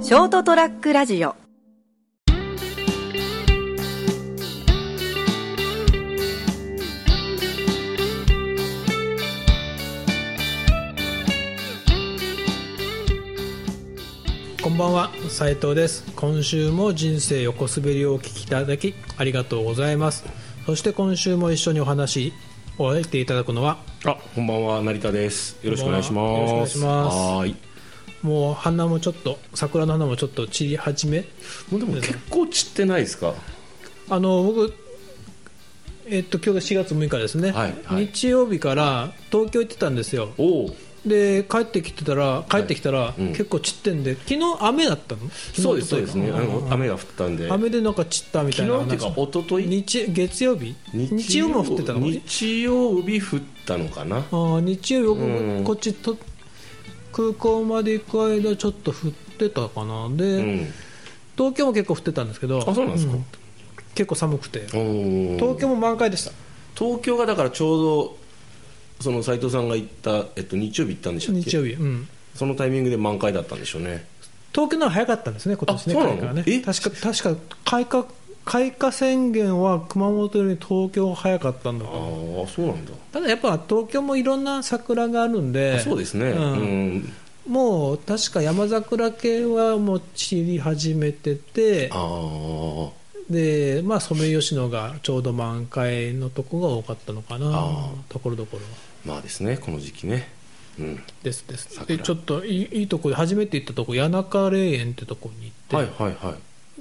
ショートトラックラジオこんばんは斉藤です今週も人生横滑りをお聞きいただきありがとうございますそして今週も一緒にお話を終えていただくのはあ、こんばんは、成田です。よろしくお願いします。こんばんはよろしくお願いしますはーい。もう花もちょっと桜の花もちょっと散り始めもうでも結構散ってないですか。あの僕えっと今日が4月6日ですね、はいはい日曜日から東京行ってたんですよおお。で帰ってきてたら帰ってきたら、いうん結構散ってんで昨日雨だったのそうですそうですね。あ昨日一昨日のか雨が降ったんで。雨でなんか散ったみたいな昨日っていうか話一昨日日月曜日日曜日も降ってたの日曜日降ったのかな。あー日曜日、うんこっちと空港まで行く間ちょっと降ってたかなで、うん。東京も結構降ってたんですけどあ、そうなんですか。うん結構寒くておー東京も満開でした東京がだからちょうどその斉藤さんが行ったえっと日曜日行ったんでしたっけ。日曜日、うん、そのタイミングで満開だったんでしょうね。東京なら早かったんですね今年ねあそうな開の花がねえ確か確か開花開花宣言は熊本より東京早かったんだあと思うあ、そうなんだ。ただやっぱ東京もいろんな桜があるんであそうですね。うんうん。もう確か山桜系はもう散り始めててああ。で、まあ、ソメイヨシノがちょうど満開のとこが多かったのかなあところどころはまあですね、この時期ね。うん。ですですで桜ちょっといいいいとこで初めて行ったとこ谷中霊園ってとこに行って、はいはいはい。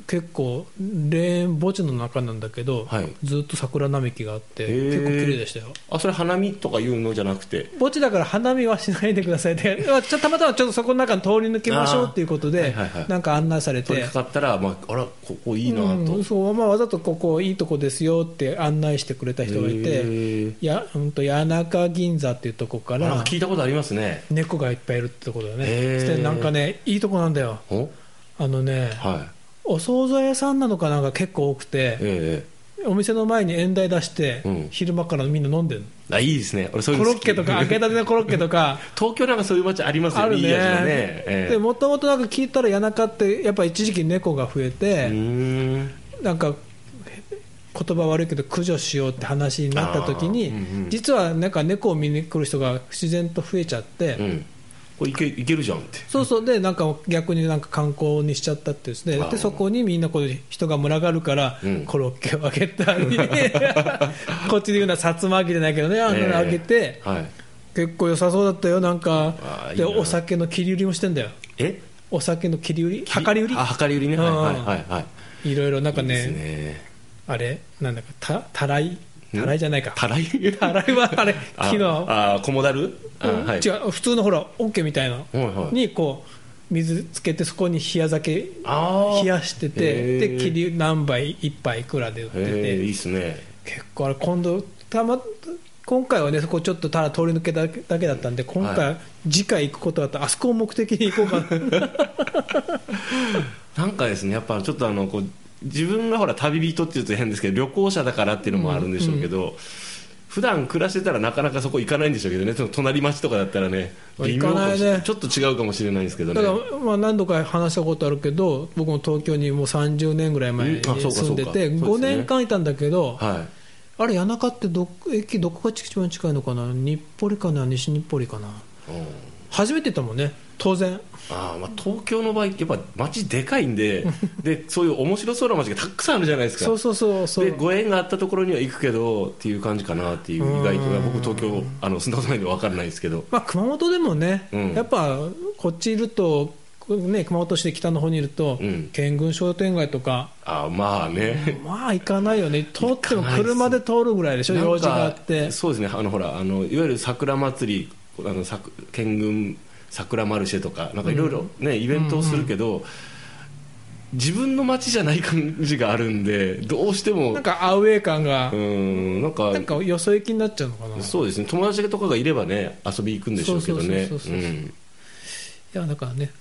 結構霊園墓地の中なんだけど、はいずっと桜並木があってへー結構綺麗でしたよあそれ花見とかいうのじゃなくて墓地だから花見はしないでくださいって、 まあちょたまたまちょっとそこの中に通り抜けましょうっていうことで、あーはいはいはいなんか案内されて取りかかったら、まあ、あらここいいなと、うん、そうまあ、わざとここいいとこですよって案内してくれた人がいへてーや、うん、と谷中銀座っていうとこかなんらか聞いたことありますね猫がいっぱいいるってとこだよねへーそしてなんかねいいとこなんだよおあのね、はいお惣菜屋さんなのかなんか結構多くてえお店の前に縁台出して、うん昼間からみんな飲んでるえあいいですね俺そういうコのロ好ッきケとか揚げたてのコロッケとか 東京なんか そういう街ありますあよねるいい味のねねええでもともとなんか聞いたら谷中ってやっぱ一時期猫が増えうて、ーんなんか言葉悪いけど駆除しようって話になった時に、あーうんうん実はなんか猫を見に来る人が自然と増えちゃって、うんこれいけいけるじゃんってそうそうでなんか逆になんか観光にしちゃったってですねあーでそこにみんなこう人が群がるから、うんコロッケをあげたり こっちで言うのはさつま揚げじゃないけどねあのあげて、はい結構良さそうだったよなんあかーいいでなお酒の切り売りもしてんだよえお酒の切り売り量り売りあ量り売りねはいはいはいはいいろいろなんかいいでねすねあれなんだかたたらいたらいじゃないかたらい たらいはあれあ木のあ小だるあうんはい違う普通のほらオッケーみたいなはいはいにこう水つけてそこに冷や酒あー冷やしててへでー切り何杯一杯いくらで売ってへえいていですね結構あれ今度たま今回はねそこちょっとただ通り抜けただけだけだったんで今回、は次回行くことだったらあそこを目的に行こ うかななんかですねやっぱちょっとあのこう自分がほら旅人っていうと変ですけど旅行者だからっていうのもあるんでしょうけど、普段暮らしてたらなかなかそこ行かないんでしょうけどねその隣町とかだったらね行かないね微妙もしちょっと違うかもしれないんですけどねだから、まあ、何度か話したことあるけど僕も東京にもう30年ぐらい前にうんあそうか住んでそうかそうてですね5年間いたんだけど、はいあれ、谷中ってどっ駅どこが一番近いのかな、日暮里かな、西日暮里かな、うん初めてだもんね、当然、あーまあ、東京の場合やっぱ街でかいんででそういう面白そうな街がたくさんあるじゃないですかそうそうそう、そうでご縁があったところには行くけどっていう感じかなっていう意外うとん僕東京あの住んだことないんで分からないですけどまあ、熊本でもね、うんやっぱこっちいると、ね、熊本市で北の方にいると、うん県軍商店街とか、あーまあね、まあ行かないよね、通っても行かないっす車で通るぐらいでしょ、なんか用事があって。そうですねあのほらあのいわゆる桜祭りあのさく県軍桜マルシェとかなんかいろいろね、イベントをするけど、自分の街じゃない感じがあるんでどうしてもなんかアウェー感が、うんなんかなんかよそ行きになっちゃうのかな、いそうですね友達とかがいればね遊び行くんでしょうけどねそうそうそうそうそううんやだからね、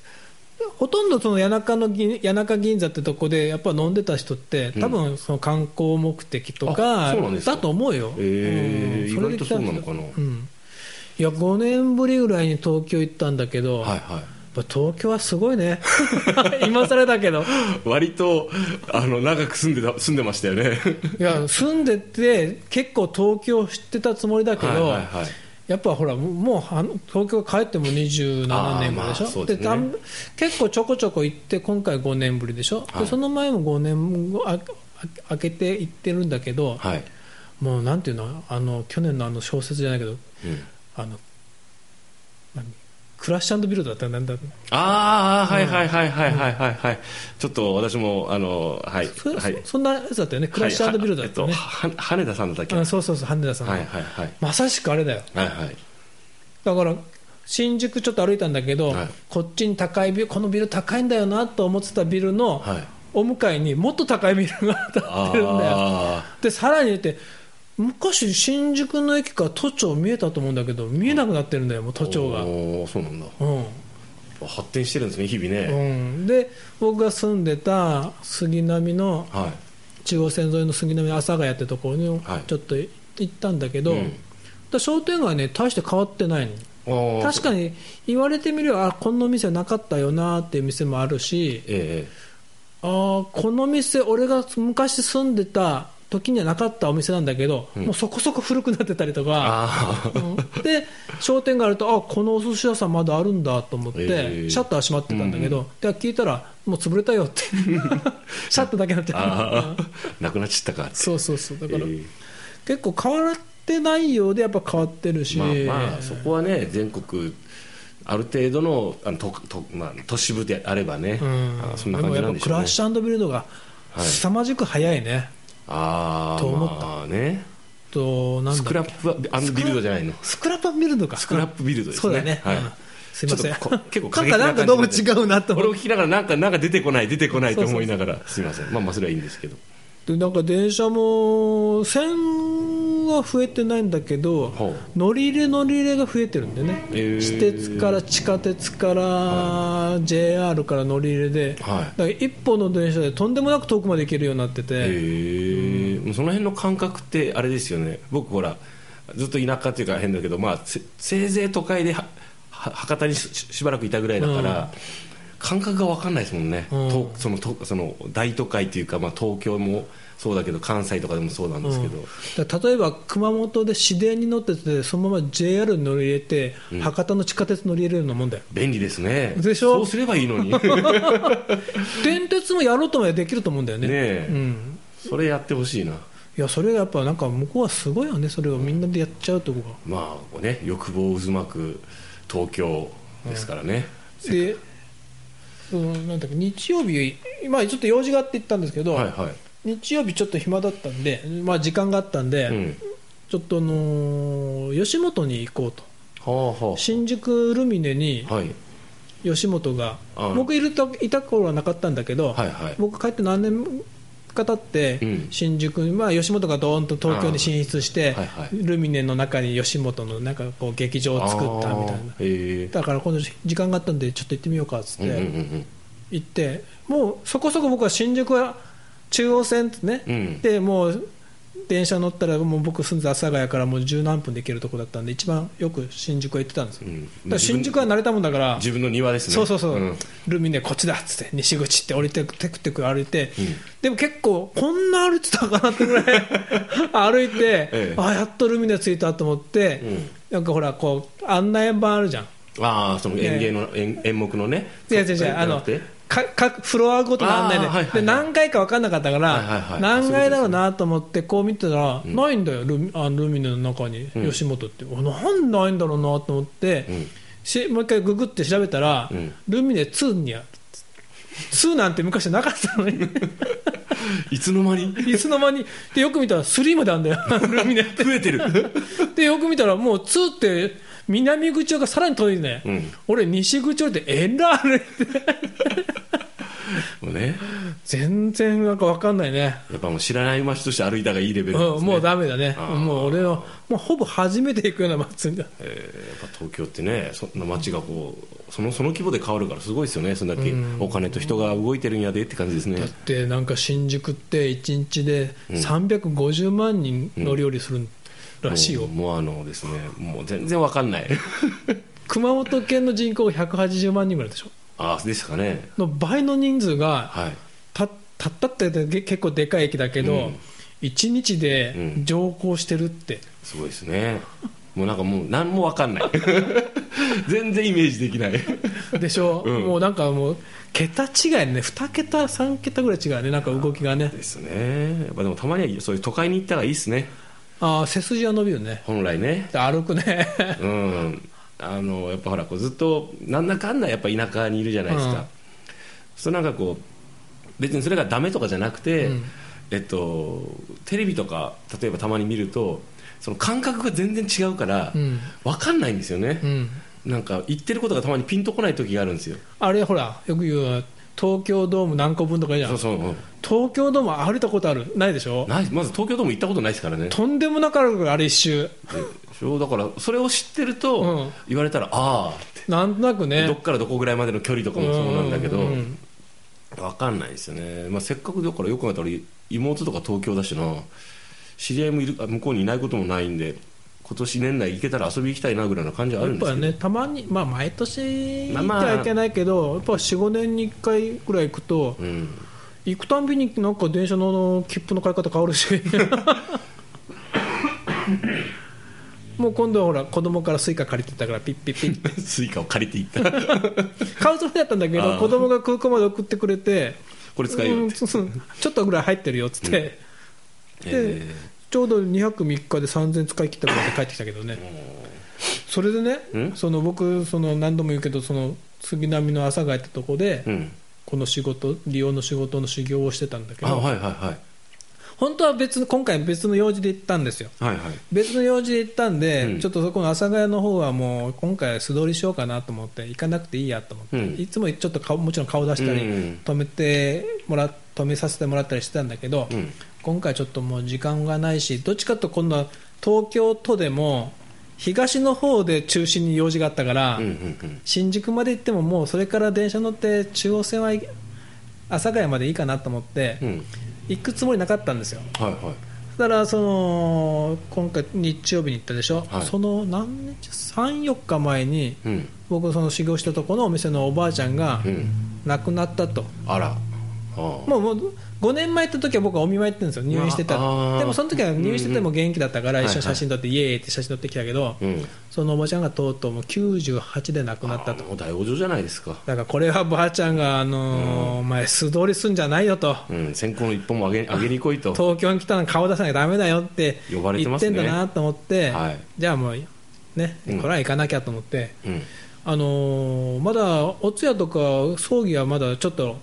ほとんどその谷中の銀谷中銀座ってとこでやっぱ飲んでた人って、多分その観光目的とあかそうなんですかだと思うよ、えーうんそれで来たんだ意外とそうなのかなうんいや5年ぶりぐらいに東京行ったんだけど、はいはいぱ東京はすごいね 今更だけど割とあの長く住んでた住んでましたよねいや住んでて結構東京知ってたつもりだけど、はいはいはいやっぱほらもうあの東京帰っても27年前でしあーまあそょうですねたん結構ちょこちょこ行って今回5年ぶりでしょ、はでいその前も5年後ああ開けて行ってるんだけど、はい、もうなんていうのあの去年のあの小説じゃないけどうんあの何クラッシュビルドだったらなんだああはいはいはいはいはいはいはいちょっと私もあのはいそ,、はいそんなやつだったよねクラッシュビルドだったよね、はいえっとは羽田さんだったっけあそうそうそう羽田さんの、はいはいはいまさしくあれだよはいはいだから新宿ちょっと歩いたんだけど、はいこっちに高いビルこのビル高いんだよなと思ってたビルのはいお向かいにもっと高いビルが建ってるんだよあでさらに言って昔新宿の駅から都庁見えたと思うんだけど見えなくなってるんだよもうー都庁がおーそうなんだうん、発展してるんですね日々うね、ん、で僕が住んでた杉並のはい中央線沿いの杉並の阿佐ヶ谷ってところにはいちょっと行ったんだけど、うんだ商店街はね大して変わってないのあー確かに言われてみればあこの店なかったよなっていう店もあるしえあーこの店俺が昔住んでた時にはなかったお店なんだけど、うんもうそこそこ古くなってたりとえか、ああうんで商店街あるとあこのお寿司屋さんまだあるんだと思って、えーシャッター閉まってたんだけど、で聞いたらもう潰れたよ ってシャッターだけになってあたあなくなっちゃったかってそうそうそうだから、えー結構変わってないようでやっぱ変わってるし、まあまあそこはね全国ある程度のあのとと、まあ、都市部であればね、あそんなも感じなんでしょうやっぱクラねッシュビルドがはい凄まじく早いね、ああと思ったまあねとなんだスクラップはあのビルドじゃないのスクラップビルドかスクラップビルドですねそうだね、はいうんすいませんちょっとこ 結構過なんか激なな感んじかどうも違うなと俺思っを聞きながらなんかなんか出てこない出てこないと思いながらすみませんまあまあそれはいいんですけどてでなんか電車も線は増えてないんだけどほ乗り入れ乗り入れが増えてるんでね、へー私鉄から地下鉄から、JR から乗り入れで、はいだから一本の電車でとんでもなく遠くまで行けるようになってて、へえもうその辺の感覚ってあれですよね僕ほらずっと田舎っていうか変だけど、まあ、せせいぜい都会ではは博多にしししばらくいたぐらいだから、感覚が分かんないですもんね、うんとそのとその大都会っていうか、まあ、東京もそうだけど関西とかでもそうなんですけど、だから例えば熊本で市電に乗っててそのまま JR に乗り入れて、博多の地下鉄乗り入れるようなもんだよ便利ですねでしょそうすればい いのにね電鉄もやろうと思えばできると思うんだよねえ、うん、それやってほしいないやそれがやっぱなんか向こうはすごいよねそれをみんなでやっちゃうとこがまあね欲望渦巻く東京ですからね、で、うん、なんだっけ日曜日、まあ、ちょっと用事があって行ったんですけど、はいはい日曜日ちょっと暇だったんで、まあ、時間があったんで、うんちょっとあのー吉本に行こうとはあは新宿ルミネにあはい吉本が、はい僕いるといた頃はなかったんだけど、はいはい僕帰って何年か経って、うん新宿に、まあ、吉本がどーンと東京に進出して、あーはいはいルミネの中に吉本のなんかこう劇場を作ったみたいなあーへえだから今度時間があったんでちょっと行ってみようかっつっうんうんて行って、もうそこそこ僕は新宿は中央線ってね、うんうんでもう電車乗ったらもう僕住んでた阿佐ヶ谷からもう十何分で行けるとこだったんで一番よく新宿は行ってたんですよ、うんだから新宿は慣れたもんだから自分の庭ですねそうそうそう、んルミネこっちだっつって西口って降りてテクテク歩いて、うんでも結構こんな歩いてたかなってぐ らい歩いて、ええあやっとルミネ着いたと思って、うんなんかほらこう案内板あるじゃんああその演芸の演演目のねいや違う違うあなのんてか各フロアごとの案内で,、あーはいはいはいで何回か分かんなかったから、はいはいはい何階だろうなと思ってこう見てたら、ないんだよルミあのルミネの中にうん吉本って、おなんでないんだろうなと思って、うんしもう一回ググって調べたら、うんルミネ2にある2なんて昔なかったのに いつの間にいつの間にでよく見たら3まであるんだよルミネ増え てるでよく見たらもう2って南口がさらに遠いね、うん俺西口降りてえらい歩いてもうね全然なんか分かんないねやっぱもう知らない街として歩いたがいいレベルなんですうん、ねもうダメだね、あーもう俺の、もうほぼ初めて行くような祭りだ、えーやっぱ東京ってねそんな街がこうそのその規模で変わるからすごいですよねそんだけお金と人が動いてるんやでって感じですねだってなんか新宿って1日で350万人乗り降りするらしいよ、もうもうあのですねもう全然わかんない熊本県の人口が180万人ぐらいでしょああでしたかねの倍の人数がはいたたったってけ結構でかい駅だけど、うん1日でうん乗降してるって、すごいですねもうなんかもう何も分かんない 全然イメージできないでしょ、うんもうなんかもう桁違いね2桁3桁ぐらい違うねなんか動きがねですねやっぱでもたまにはそういう都会に行った方がいいですねああ背筋は伸びるね本来ねで歩くね うんあのやっぱほらこうずっとなんだかんだやっぱ田舎にいるじゃないですうんか、そうなんかこう別にそれがダメとかじゃなくて、うんえっと、テレビとか例えばたまに見るとその感覚が全然違うから、うんわかんないんですよねう、んなんか言ってることがたまにピンとこない時があるんですよあれほらよく言うのは東京ドーム何個分とか言うじゃそんうそううん東京ドーム歩いたことあるないでしょないまず東京ドーム行ったことないですからねとんでもなかったからあれ一周そうだからそれを知ってうるんと言われたら、ああってなんとなくねどっからどこぐらいまでの距離とかもそうなんだけど、うんうんわかんないですよね、まあ、せっかくだからよく考えたら妹とか東京だしな知り合いもいるあ向こうにいないこともないんで今年年内行けたら遊び行きたいなぐらいな感じはあやるっんですぱけど、ねたまにまあ毎年行まあってまあはいけないけど、やっぱ45年に1回ぐらい行くと、うん、 行くたんびになんか電車のあの切符の買い方変わるし もう今度はほら子供からスイカ借りてたからピッピッピッスイカを借りて 行った買うつもりだったんだけあどー子供が空港まで送ってくれてこれ使えよって、うんそうそうちょっとぐらい入ってるよっつって、えちょうど2泊3日で3000使い切ったぐらいで帰ってきたけどね、それでねんその僕その何度も言うけどその杉並の朝帰ったとこで、ーうん、この仕事利用の仕事の修行をしてたんだけあどはいはいはい本当は別の今回別の用事で行ったんですよはいはい別の用事で行ったんで、うんちょっとそこの阿佐ヶ谷の方はもう今回素通りしようかなと思って行かなくていいやと思って、うんいつもちょっと顔もちろん顔出したり、うん止めてもら止めさせてもらったりしてたんだけど、うん今回ちょっともう時間がないしどっちかと今度は東京都でも東の方で中心に用事があったから、うんうん新宿まで行ってももうそれから電車乗って中央線はい阿佐ヶ谷までいいかなと思って、うんうん行くつもりなかったんですよはいはいだからその今回日曜日に行ったでしょ、はいその何日34日前にうん僕その修行したところのお店のおばあちゃんがうん亡くなったと、あらああもうもう5年前行った時は僕はお見舞い行ってるんですよ入院してたうわあーでもその時は入院してても元気だったからうんうん一緒に写真撮ってイエーイって写真撮ってきたけどうんそのおばちゃんがとうとうもう98で亡くなったとあもう大往生じゃないですかだからこれはばあちゃんが、あのーお前素通りすんじゃないよとうん先行の一本もあげあげに来いと東京に来たら顔出さなきゃダメだよって呼ばれて言まっすてねんだなと思って、はいじゃあもうねこうんれは行かなきゃと思って、うんあのーまだお通夜とか葬儀はまだちょっと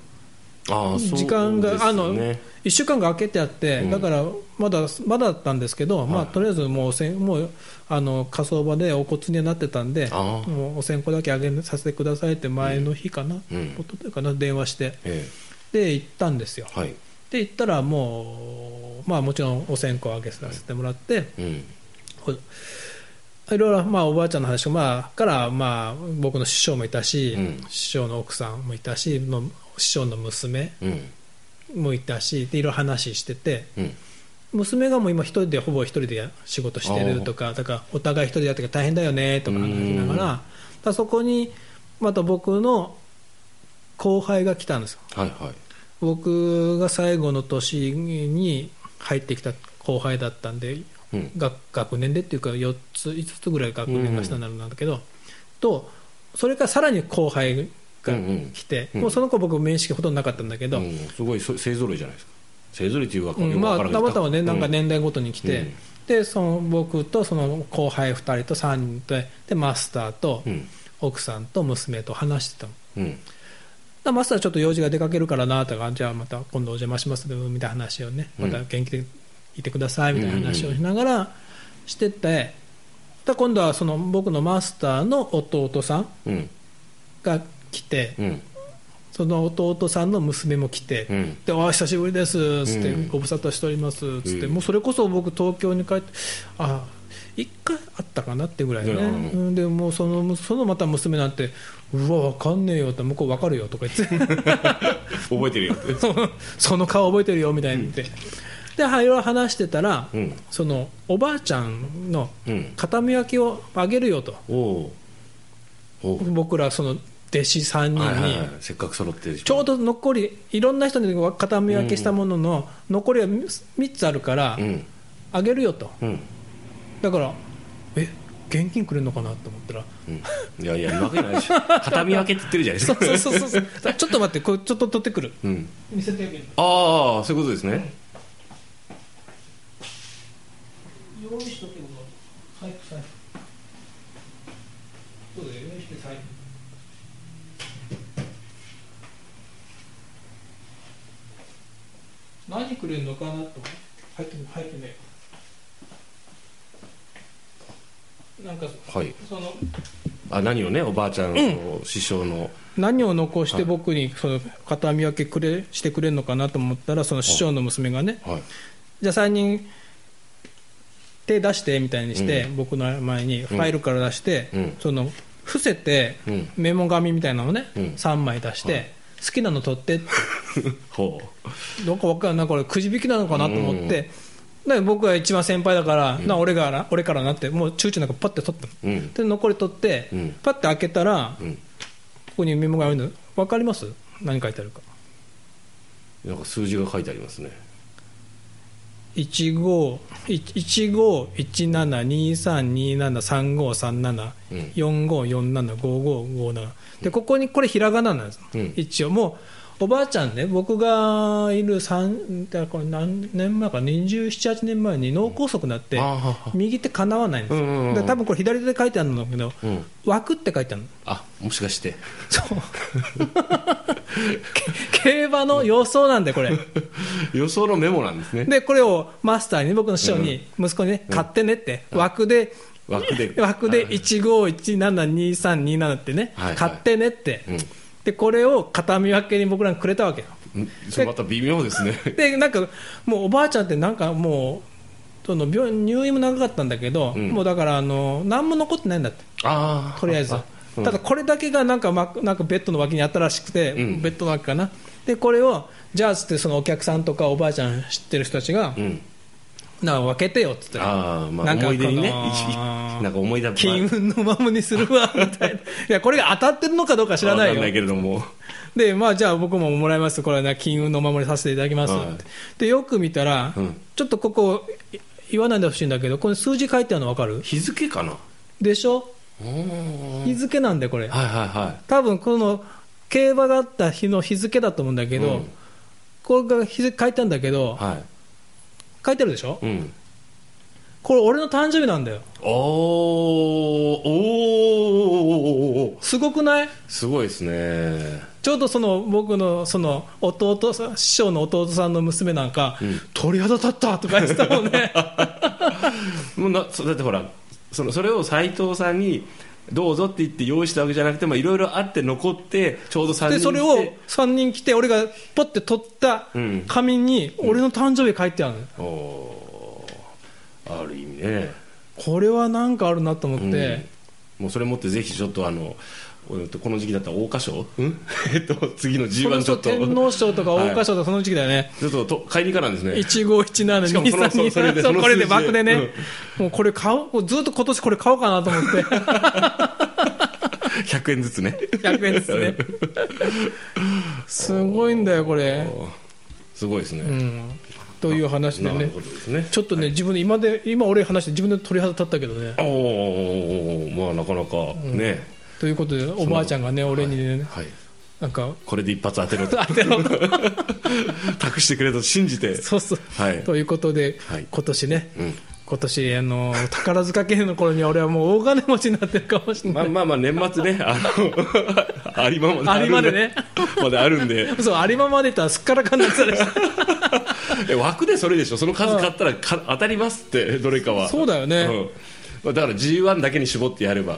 ああそう時間が、ですあよのね1週間が空けてあって、うんだからまだまだだったんですけど、まあ、とりあえずもうおせんもうあの火葬場でお骨にはなってたんでああもうお線香だけあげさせてくださいって前の日かな、うんおとといかな電話してえで行ったんですよえはいで行ったらもう、まあ、もちろんお線香あげさせてもらって、うんほいいろいろ、まあ、おばあちゃんの話まあ、から、まあ、僕の師匠もいたし、うん師匠の奥さんもいたしの師匠の娘うんもいたしでいろいろ話しててうん娘がもう今一人でほぼ一人で仕事してるとかだからお互い一人でやってるから大変だよねとか話しながらうだんからそこにまた僕の後輩が来たんですよはいはい僕が最後の年に入ってきた後輩だったんでうん学学年でっていうか4つ5つぐらい学年が下になるんだけど、とそれからさらに後輩が来て、うんうんもうその子僕面識ほとんどなかったんだけど、うんすごいそ勢ぞろいじゃないですか勢ぞろいっていうか、こううんよくまわあ、からたまたまね、なんかね年代ごとに来て、うんでその僕とその後輩2人と3人とでマスターとうん奥さんと娘と話してたのだかうんらマスターちょっと用事が出かけるからなとかじゃあまた今度お邪魔しますねみたいな話をねうまんた元気でいてくださいみたいな話をしながらしてて、だから今度はその僕のマスターの弟さんうんが来て、うんその弟さんの娘も来て、うんで「あ久しぶりです」つって、うんご無沙汰しております」つって、うんもうそれこそ僕東京に帰ってあ一回あったかなってぐらいね、うんうんでもうそのそのまた娘なんて「うわ分かんねえよ」って「向こう分かるよ」とか言って 覚えてるよっ「てそのその顔覚えてるよ」みたいに言って、ではいろいろ話してたら、うんそのおばあちゃんのうん形見分けをあげるよとおおおう僕らその弟子3人に、はいはいはい、せっかく揃ってるしちょうど残りいろんな人に固め分けしたものの、残りは3つあるから、うんあげるよとうん、だからえ現金くれるのかなと思ったらうん、いやいや言うわけないで しょ片見分けって言ってるじゃないでそすうかそうそうそうそうちょっと待ってこれちょっと取ってくるうん、見せてみるああそういうことですね用意しとけば財布財布そうだよ用意して財布何くれるのかなと思って入ってくる入ってねなんかはいそのあ何をねおばあちゃんの師匠の、何を残して僕にその片見分けくれしてくれるのかなと思ったらその師匠の娘がねはいじゃあ3人手出してみたいにして、う僕の前にファイルから出して、うんその伏せて、うんメモ紙みたいなのね、うん3枚出して、好きなの取ってってほどうかわかんないこれくじ引きなのかなと思って、で僕が一番先輩だから、な俺がな俺からなってもう躊躇なくパッて取ったのううんで残り取って、うんパッて開けたら、うこんこにメモ紙あるの分かります何書いてあるかなんか数字が書いてありますねうん15172327353745475557でここにこれひらがななんです、うん一応もうおばあちゃんね僕がいる3だからこれ何年前か278年前に脳梗塞になって、ああはは右手かなわないんですよ、うんうんうんで多分これ左手で書いてあるんだけど、うん枠って書いてあるのあもしかしてそうけ競馬の予想なんだよこれ 予想のメモなんですねでこれをマスターに僕の師匠に息子にね買ってねって枠で枠で 枠ではい15172327ってねはいはい買ってねってうんでこれを片見分けに僕らにくれたわけようんそれまた微妙ですねでなんかもうおばあちゃんってなんかもうその病院入院も長かったんだけどうんもうだからあの何も残ってないんだってああとりあえずうんただこれだけがなんかまなんかベッドの脇にあったらしくて、うんベッドの脇かなでこれをじゃあつってそのお客さんとかおばあちゃん知ってる人たちが、うんなんか分けてよっつってああまあなんか思い出にねこの一一なんか思い出金運のままにするわ みたいな、いや、これが当たってるのかどうか知らないわかんないよ、けれどもで、まあ、じゃあ僕ももらいます、これはね、金運のままにさせていただきますはいって、でよく見たらうん、ちょっとここ、い言わないでほしいんだけど、これ数字書いてあるの分かる日付かなでしょ、おー日付なんで、これ、はいはいは多分この競馬だった日の日付だと思うんだけうどん、これが日付書いてあるんだけどい、は書いてあるでしょい、うんこれ、俺の誕生日なんだよ、おーおーすごくないすごいですねちょうどその僕のその弟さん師匠の弟さんの娘なんか、鳥肌立ったとか言ってたもん ねもうなそうだってほらそのそれを斎藤さんにどうぞって言って用意したわけじゃなくてまあいろいろあって残ってちょうど3人で来てそれを3人来て俺がポッて取ったうん紙に俺の誕生日書いてあるのよおーある意味ねこれはなんかあるなと思って、うんもうそれ持ってぜひちょっとあの俺とこの時期だったら桜花賞、うん、 えっと次のそれ G1 こちょそっと天皇賞とか桜花賞とかその時期だよね、ちょっとと買いに行かなんですね15172323しかもそのそそれでそうその数字でこれで枠でね、うんもうこれ買おうもうずっと今年これ買おうかなと思って 100円ずつね100円ですねすごいんだよこれ、おーすごいですね、うん、という話でなるねほどですねちょっとね、自分で今で今俺話して自分で鳥肌立ったけどねおおまあなかなかね、ということでおばあちゃんがね俺にね、はいなんかこれで一発当てろと当てろと託してくれと信じ てそうそう、はいということで、はい今年ね、うん今年あの宝塚系の頃には俺はもう大金持ちになってるかもしれまなあい、まあまあ年末 ねあの有馬まで有馬でねまであるんでそう有馬まで行ったらすっからかんなってたでしえ枠でそれでしょその数買ったらか当たりますってどれかはそうだよねんまあだから g 1だけに絞ってやれば、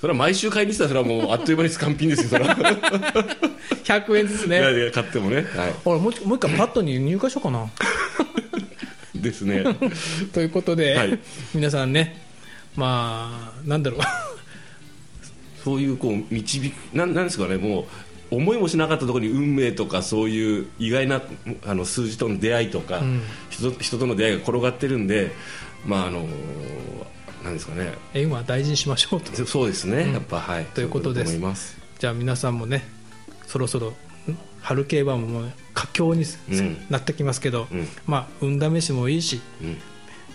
それは毎週買いに行ってたらそれはもうあっという間に完品ですよそれ は100円ずついやねいや買ってもね、は俺もうもう一回パッドに入荷しようかない、ですねということで、はい皆さんねまあなんだろうそういうこう導くなんなんですかねもう思いもしなかったところに運命とかそういう意外なあの数字との出会いとか、人人との出会いが転がってるんでまああのなんですかね縁は大事にしましょうとそそうですね、んやっぱはいということですそうだ思いますじゃあ皆さんもねそろそろん春競馬ももう佳境にすうんなってきますけど、うんまあ運試しもいいしうん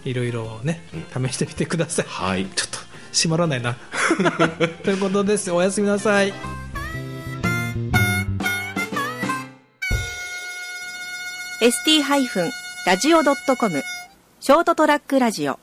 いろいろね試してみてください、はいちょっと閉まらない なということですおやすみなさい ST-radio.com ショートトラックラジオ